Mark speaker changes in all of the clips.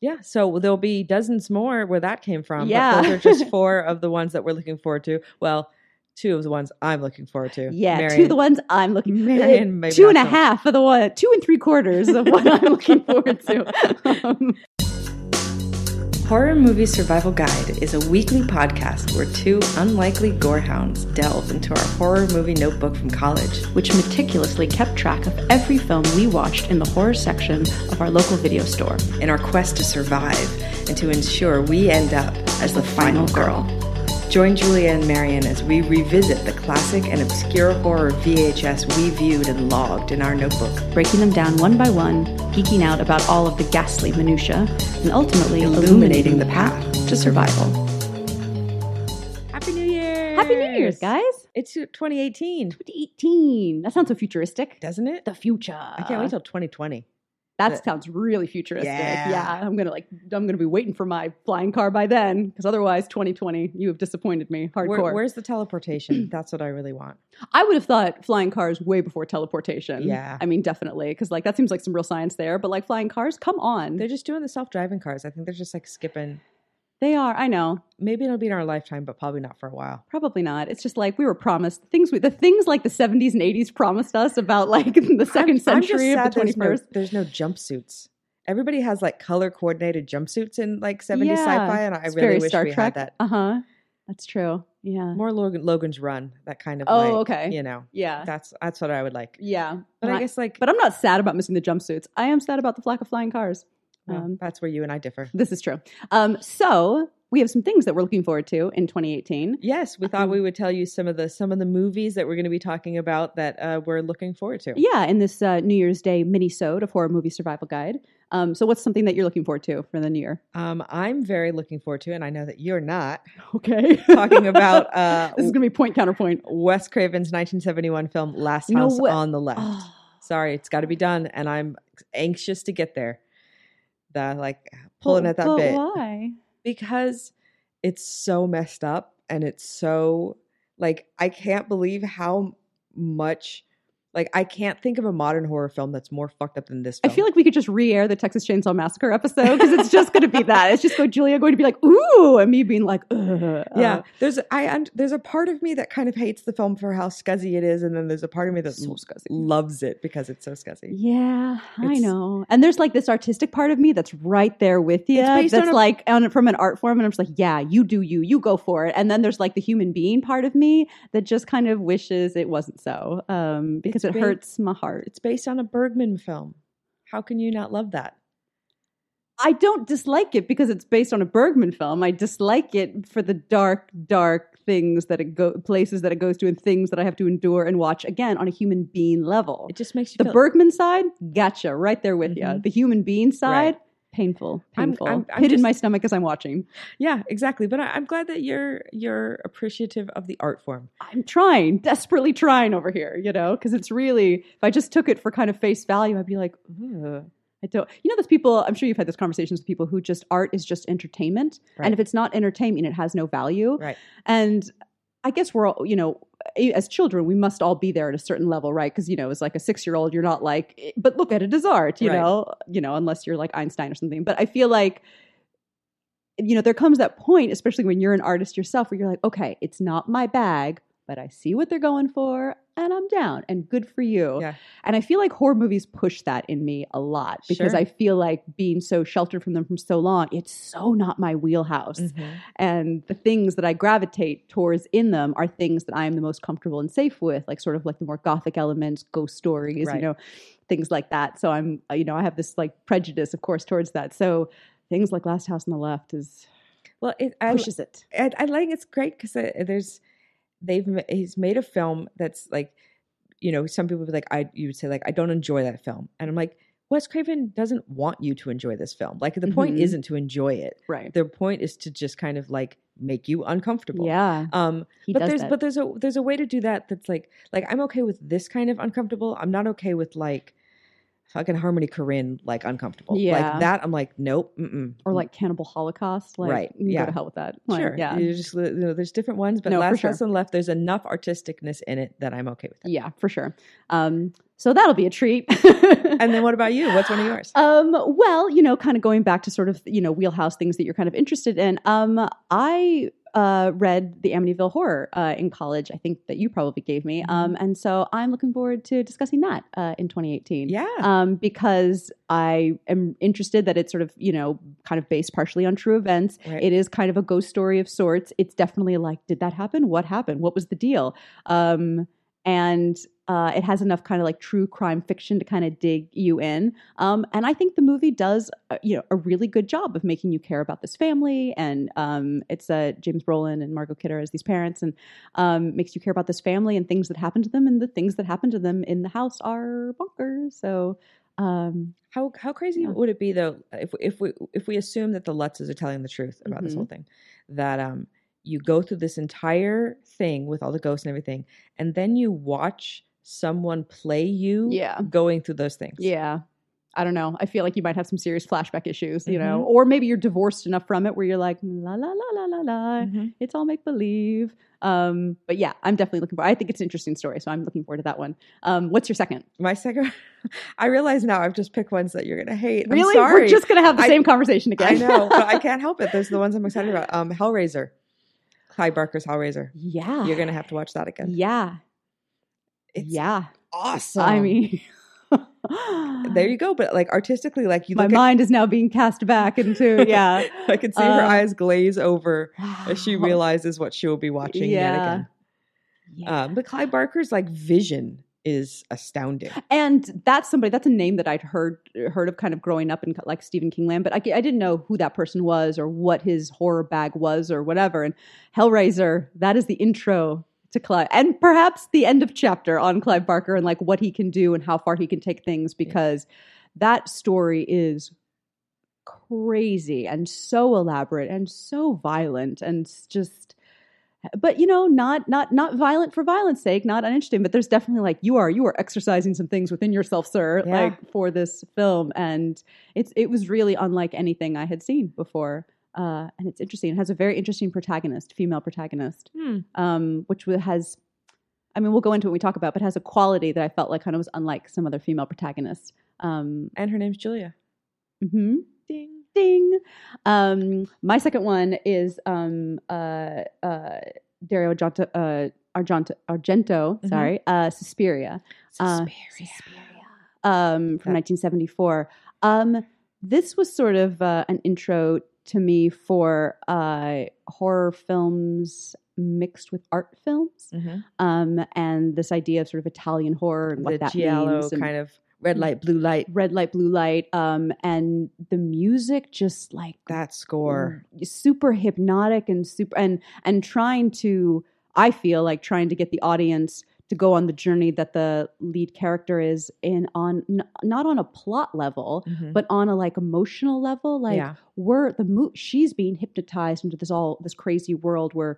Speaker 1: Yeah, so there'll be dozens more where that came from.
Speaker 2: Yeah.
Speaker 1: But those are just four of the ones that we're looking forward to. Well, two of the ones I'm looking forward to.
Speaker 2: Yeah,
Speaker 1: Marion,
Speaker 2: two of the ones I'm looking for.
Speaker 1: Marion, maybe
Speaker 2: two and
Speaker 1: not
Speaker 2: a
Speaker 1: so much.
Speaker 2: half for the one, two and three quarters of what I'm looking forward to. Um,
Speaker 1: Horror Movie Survival Guide is a weekly podcast where two unlikely gorehounds delve into our horror movie notebook from college.
Speaker 3: which meticulously kept track of every film we watched in the horror section of our local video store.
Speaker 1: in our quest to survive and to ensure we end up as the final girl. Join Julia and Marion as we revisit the classic and obscure horror VHS we viewed and logged in our notebook,
Speaker 3: Breaking them down one by one, geeking out about all of the ghastly minutiae, and ultimately
Speaker 1: illuminating the path to survival. Happy New Year!
Speaker 2: Happy New Year's, guys.
Speaker 1: It's 2018,
Speaker 2: 2018. That sounds so futuristic.
Speaker 1: doesn't it?
Speaker 2: The future.
Speaker 1: I can't wait till 2020.
Speaker 2: That sounds really futuristic.
Speaker 1: Yeah.
Speaker 2: Yeah. I'm gonna like I'm gonna be waiting for my flying car by then, because otherwise, 2020, you have disappointed me hardcore.
Speaker 1: Where, where's the teleportation? That's what I really want.
Speaker 2: I would have thought flying cars way before teleportation.
Speaker 1: Yeah.
Speaker 2: I mean, definitely, because like that seems like some real science there. But like flying cars, come on,
Speaker 1: They're just doing the self-driving cars. I think they're just like skipping.
Speaker 2: they are. I know,
Speaker 1: Maybe it'll be in our lifetime, but probably not for a while.
Speaker 2: probably not. It's just like we were promised the things we the things like the 70s and 80s promised us about like the 2nd
Speaker 1: I'm just
Speaker 2: century
Speaker 1: sad
Speaker 2: of the 21st.
Speaker 1: There's no, there's no jumpsuits. Everybody has like color coordinated jumpsuits in like 70s
Speaker 2: Yeah,
Speaker 1: sci-fi, and I
Speaker 2: It's
Speaker 1: really
Speaker 2: very
Speaker 1: wish
Speaker 2: Star
Speaker 1: we
Speaker 2: Trek.
Speaker 1: had that.
Speaker 2: Uh huh. That's true. Yeah.
Speaker 1: More Logan, Logan's Run, that kind of.
Speaker 2: Oh,
Speaker 1: like,
Speaker 2: okay.
Speaker 1: You know,
Speaker 2: Yeah.
Speaker 1: that's that's what I would like.
Speaker 2: Yeah.
Speaker 1: But I
Speaker 2: Right.
Speaker 1: guess like,
Speaker 2: But I'm not sad about missing the jumpsuits. I am sad about the flack of flying cars.
Speaker 1: well,
Speaker 2: um,
Speaker 1: that's where you and I differ.
Speaker 2: This is true. Um, so we have some things that we're looking forward to in 2018.
Speaker 1: Yes, we thought
Speaker 2: um,
Speaker 1: we would tell you some of the some of the movies that we're going to be talking about that uh, we're looking forward to.
Speaker 2: Yeah, in this uh, New Year's Day mini-sode of Horror Movie Survival Guide. Um, so what's something that you're looking forward to for the new year?
Speaker 1: Um, I'm very looking forward to, and I know that you're not
Speaker 2: Okay.
Speaker 1: talking about uh,
Speaker 2: this is going to be point counterpoint.
Speaker 1: Wes Craven's 1971 film Last
Speaker 2: No
Speaker 1: House
Speaker 2: way- Oh.
Speaker 1: on the Left. sorry, it's got to be done, and I'm anxious to get there. That like pulling
Speaker 2: But-
Speaker 1: at that
Speaker 2: but
Speaker 1: bit
Speaker 2: Why?
Speaker 1: because it's so messed up and it's so like I can't believe how much like I can't think of a modern horror film that's more fucked up than this.
Speaker 2: I
Speaker 1: Film.
Speaker 2: feel like we could just re-air the Texas Chainsaw Massacre episode because it's just going to be that. It's just go Julia going to be like, ooh, and me being like, Ugh.
Speaker 1: yeah,
Speaker 2: Uh,
Speaker 1: there's I un- there's a part of me that kind of hates the film for how scuzzy it is, and then there's a part of me that
Speaker 2: so
Speaker 1: l-
Speaker 2: disgusting.
Speaker 1: loves it because it's so scuzzy.
Speaker 2: Yeah, I
Speaker 1: It's-
Speaker 2: know. And there's like this artistic part of me that's right there with you.
Speaker 1: based
Speaker 2: That's
Speaker 1: on a-
Speaker 2: like on, from an art form, and I'm just like, yeah, you do you, you go for it. And then there's like the human being part of me that just kind of wishes it wasn't so, um,
Speaker 1: It's
Speaker 2: because it
Speaker 1: ba-
Speaker 2: hurts my heart.
Speaker 1: It's based on a Bergman film. How can you not love that?
Speaker 2: I don't dislike it because it's based on a Bergman film. I dislike it for the dark, dark things that it go places that it goes to, and things that I have to endure and watch again on a human being level.
Speaker 1: It just makes you
Speaker 2: The
Speaker 1: feel
Speaker 2: Bergman side, gotcha, right there with ya.
Speaker 1: Mhm.
Speaker 2: you. The human being
Speaker 1: Right.
Speaker 2: side, Mm-hmm. painful,
Speaker 1: I'm-
Speaker 2: painful.
Speaker 1: I'm- I'm
Speaker 2: Pit in
Speaker 1: just-
Speaker 2: my stomach as I'm watching.
Speaker 1: Yeah, exactly. But I, I'm glad that you're you're appreciative of the art form.
Speaker 2: I'm trying, desperately trying over here, you know, because it's really, if I just took it for kind of face value, I'd be like, Ugh, I don't, you know, those people, I'm sure you've had those conversations with people who just art is just entertainment.
Speaker 1: Right.
Speaker 2: And if it's not entertainment, it has no value.
Speaker 1: Right.
Speaker 2: And I guess we're all, you know, as children, we must all be there at a certain level, right? Because you know, as like a six-year-old, you're not like, "Eh, but look at it as art, you
Speaker 1: Right.
Speaker 2: know, you know, unless you're like Einstein or something. But I feel like, you know, there comes that point, especially when you're an artist yourself, where you're like, okay, it's not my bag, but I see what they're going for, and I'm down, and good for you.
Speaker 1: Yeah.
Speaker 2: And I feel like horror movies push that in me a lot because
Speaker 1: Sure.
Speaker 2: I feel like being so sheltered from them for so long, it's so not my wheelhouse
Speaker 1: Mm-hmm.
Speaker 2: and the things that I gravitate towards in them are things that I am the most comfortable and safe with, like sort of like the more gothic elements, ghost stories,
Speaker 1: Right.
Speaker 2: you know, things like that. So I'm, uh, you know, I have this like prejudice, of course, towards that. So things like Last House on the Left is
Speaker 1: Well, it, I,
Speaker 2: pushes it.
Speaker 1: I, I like it's great because there's they've ma- he's made a film that's like you know some people would be like I you would say like I don't enjoy that film and I'm like Wes Craven doesn't want you to enjoy this film. Like the point
Speaker 2: Mhm.
Speaker 1: isn't to enjoy it.
Speaker 2: Right.
Speaker 1: The point is to just kind of like make you uncomfortable.
Speaker 2: Yeah.
Speaker 1: Um,
Speaker 2: He
Speaker 1: but
Speaker 2: does
Speaker 1: there's
Speaker 2: that.
Speaker 1: but there's a there's a way to do that that's like like I'm okay with this kind of uncomfortable. I'm not okay with like fucking Harmony Korine like uncomfortable.
Speaker 2: Yeah.
Speaker 1: Like that, I'm like, nope. Mm-mm.
Speaker 2: or like Cannibal Holocaust. Like,
Speaker 1: Right,
Speaker 2: you
Speaker 1: yeah.
Speaker 2: go to hell with that. Like,
Speaker 1: sure.
Speaker 2: Yeah.
Speaker 1: You just, you know, there's different ones, but
Speaker 2: No, for
Speaker 1: Last
Speaker 2: sure.
Speaker 1: House on the Left, there's enough artisticness in it that I'm okay with it.
Speaker 2: Yeah, for sure. Um, so that'll be a treat.
Speaker 1: And then what about you? What's one of yours?
Speaker 2: Um, well, you know, kind of going back to sort of, you know, wheelhouse things that you're kind of interested in. Um, I uh, read the Amityville Horror uh, in college, I think that you probably gave me. Um, and so I'm looking forward to discussing that uh, in 2018.
Speaker 1: yeah.
Speaker 2: Um, because I am interested that it's sort of, you know, kind of based partially on true events.
Speaker 1: Right.
Speaker 2: It is kind of a ghost story of sorts. It's definitely like, did that happen? What happened? What was the deal? Um, and uh, it has enough kind of like true crime fiction to kind of dig you in. Um, and I think the movie does, uh, you know, a really good job of making you care about this family. And um, it's uh, James Brolin and Margot Kidder as these parents, and um, makes you care about this family and things that happen to them. And the things that happen to them in the house are bonkers. So. Um,
Speaker 1: How how crazy
Speaker 2: Yeah.
Speaker 1: would it be though if if we if we assume that the Lutzes are telling the truth about this
Speaker 2: Mhm.
Speaker 1: whole thing, that um you go through this entire thing with all the ghosts and everything, and then you watch someone play you
Speaker 2: yeah.
Speaker 1: going through those things.
Speaker 2: Yeah. I don't know. I feel like you might have some serious flashback issues, you
Speaker 1: Mm-hmm.
Speaker 2: know, or maybe you're divorced enough from it where you're like, la, la, la, la, la, la.
Speaker 1: Mhm.
Speaker 2: It's all make believe. Um, but yeah, I'm definitely looking for I think it's an interesting story. So I'm looking forward to that one. Um, what's your second?
Speaker 1: My second, I realize now I've just picked ones that you're gonna hate. I'm
Speaker 2: really?
Speaker 1: sorry.
Speaker 2: We're just going to have the
Speaker 1: I-
Speaker 2: same conversation again.
Speaker 1: I know, but I can't help it. Those are the ones I'm excited about. Um, Hellraiser, Clyde Barker's Hellraiser.
Speaker 2: yeah.
Speaker 1: You're gonna have to watch that again.
Speaker 2: Yeah.
Speaker 1: It's
Speaker 2: yeah.
Speaker 1: awesome.
Speaker 2: I mean,
Speaker 1: there you go. But like artistically, like you
Speaker 2: My
Speaker 1: look at
Speaker 2: mind is now being cast back into, yeah.
Speaker 1: I can see her
Speaker 2: Uh,
Speaker 1: eyes glaze over as she
Speaker 2: Wow.
Speaker 1: realizes what she will be watching
Speaker 2: Yeah.
Speaker 1: yet again.
Speaker 2: Yeah.
Speaker 1: Um, but Clyde Barker's like vision is astounding.
Speaker 2: and that's somebody that's a name that I'd heard heard of kind of growing up in like Stephen King land, but I, I didn't know who that person was or what his horror bag was or whatever. And Hellraiser, that is the intro to Clive, and perhaps the end of chapter on Clive Barker and like what he can do and how far he can take things because that story is crazy and so elaborate and so violent and s- just but you know not not not violent for violence sake not uninteresting but there's definitely like you are you are exercising some things within yourself sir
Speaker 1: Yeah.
Speaker 2: like for this film and it's it was really unlike anything i had seen before uh, and it's interesting it has a very interesting protagonist female protagonist um, which wa- has i mean we'll go into what we talk about but has a quality that i felt like kind of was unlike some other female protagonists um,
Speaker 1: And her name's Julia.
Speaker 2: mhm
Speaker 1: Ding.
Speaker 2: ding. Um, my second one is um, uh, uh, Dario Argento, uh, Argento, Argento
Speaker 1: Mhm.
Speaker 2: sorry, uh, Suspiria, Uh, um,
Speaker 1: That-
Speaker 2: from 1974. Um, this was sort of uh, an intro to me for uh, horror films mixed with art films,
Speaker 1: Mhm.
Speaker 2: um, and this idea of sort of Italian horror and what
Speaker 1: The
Speaker 2: that
Speaker 1: giallo
Speaker 2: means. and-
Speaker 1: kind of red light, blue light.
Speaker 2: Red light, blue light, um, and the music just like
Speaker 1: That score.
Speaker 2: Mm, super hypnotic and super and and trying to i feel like trying to get the audience to go on the journey that the lead character is in on n- not on a plot level
Speaker 1: Mhm.
Speaker 2: but on a like emotional level like
Speaker 1: yeah.
Speaker 2: we're the mo- she's being hypnotized into this all this crazy world where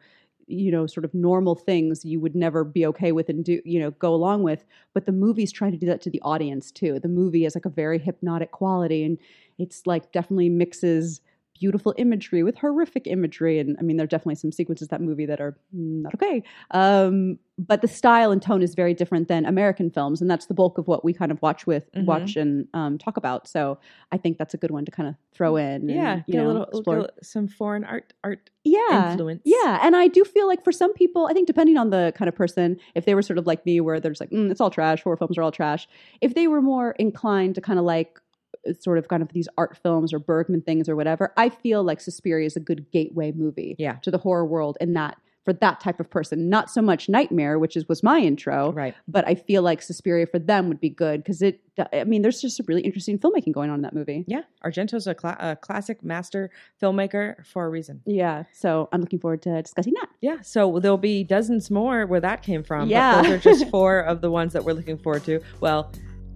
Speaker 2: you know sort of normal things you would never be okay with and do you know go along with but the movie's trying to do that to the audience too the movie is like a very hypnotic quality and it's like definitely mixes beautiful imagery with horrific imagery and i mean there are definitely some sequences in that movie that are mm, not okay um, but the style and tone is very different than american films and that's the bulk of what we kind of watch with
Speaker 1: Mhm.
Speaker 2: watch and um, talk about so i think that's a good one to kind of throw in
Speaker 1: Mm, Yeah.
Speaker 2: and, you
Speaker 1: Get
Speaker 2: know,
Speaker 1: a little,
Speaker 2: explore.
Speaker 1: get a- some foreign art art
Speaker 2: yeah
Speaker 1: influence.
Speaker 2: yeah, and I do feel like for some people, I think depending on the kind of person, if they were sort of like me, where they're just like, mm, it's all trash, horror films are all trash. If they were more inclined to kind of like uh, sort of kind of these art films or Bergman things or whatever, I feel like Suspiria is a good gateway movie
Speaker 1: Yeah.
Speaker 2: to the horror world, and that for that type of person, not so much Nightmare, which is was my intro,
Speaker 1: Right.
Speaker 2: but I feel like Suspiria for them would be good because it. I mean, there's just some really interesting filmmaking going on in that movie.
Speaker 1: Yeah. Argento's a, cla- a classic master filmmaker for a reason.
Speaker 2: Yeah, so I'm looking forward to discussing that.
Speaker 1: Yeah, so there'll be dozens more where that came from.
Speaker 2: Yeah.
Speaker 1: But those are just four of the ones that we're looking forward to. Well,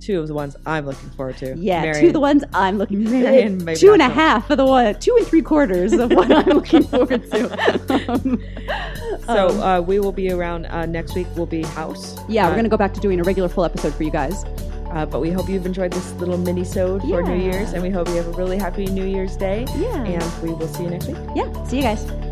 Speaker 1: two of the ones I'm looking forward to.
Speaker 2: Yeah,
Speaker 1: Marion.
Speaker 2: two of the ones I'm looking for.
Speaker 1: Marion, maybe
Speaker 2: two and a
Speaker 1: not so.
Speaker 2: half for the one, two and three quarters of what I'm looking forward to. Um,
Speaker 1: So
Speaker 2: um,
Speaker 1: uh, we will be around uh, next week. Will be house.
Speaker 2: yeah, we're
Speaker 1: Uh,
Speaker 2: gonna go back to doing a regular full episode for you guys.
Speaker 1: Uh, but we hope you've enjoyed this little mini-sode for New
Speaker 2: Yeah.
Speaker 1: Year's, and we hope you have a really happy New Year's Day.
Speaker 2: Yeah.
Speaker 1: And we will see you next week.
Speaker 2: Yeah. See you guys.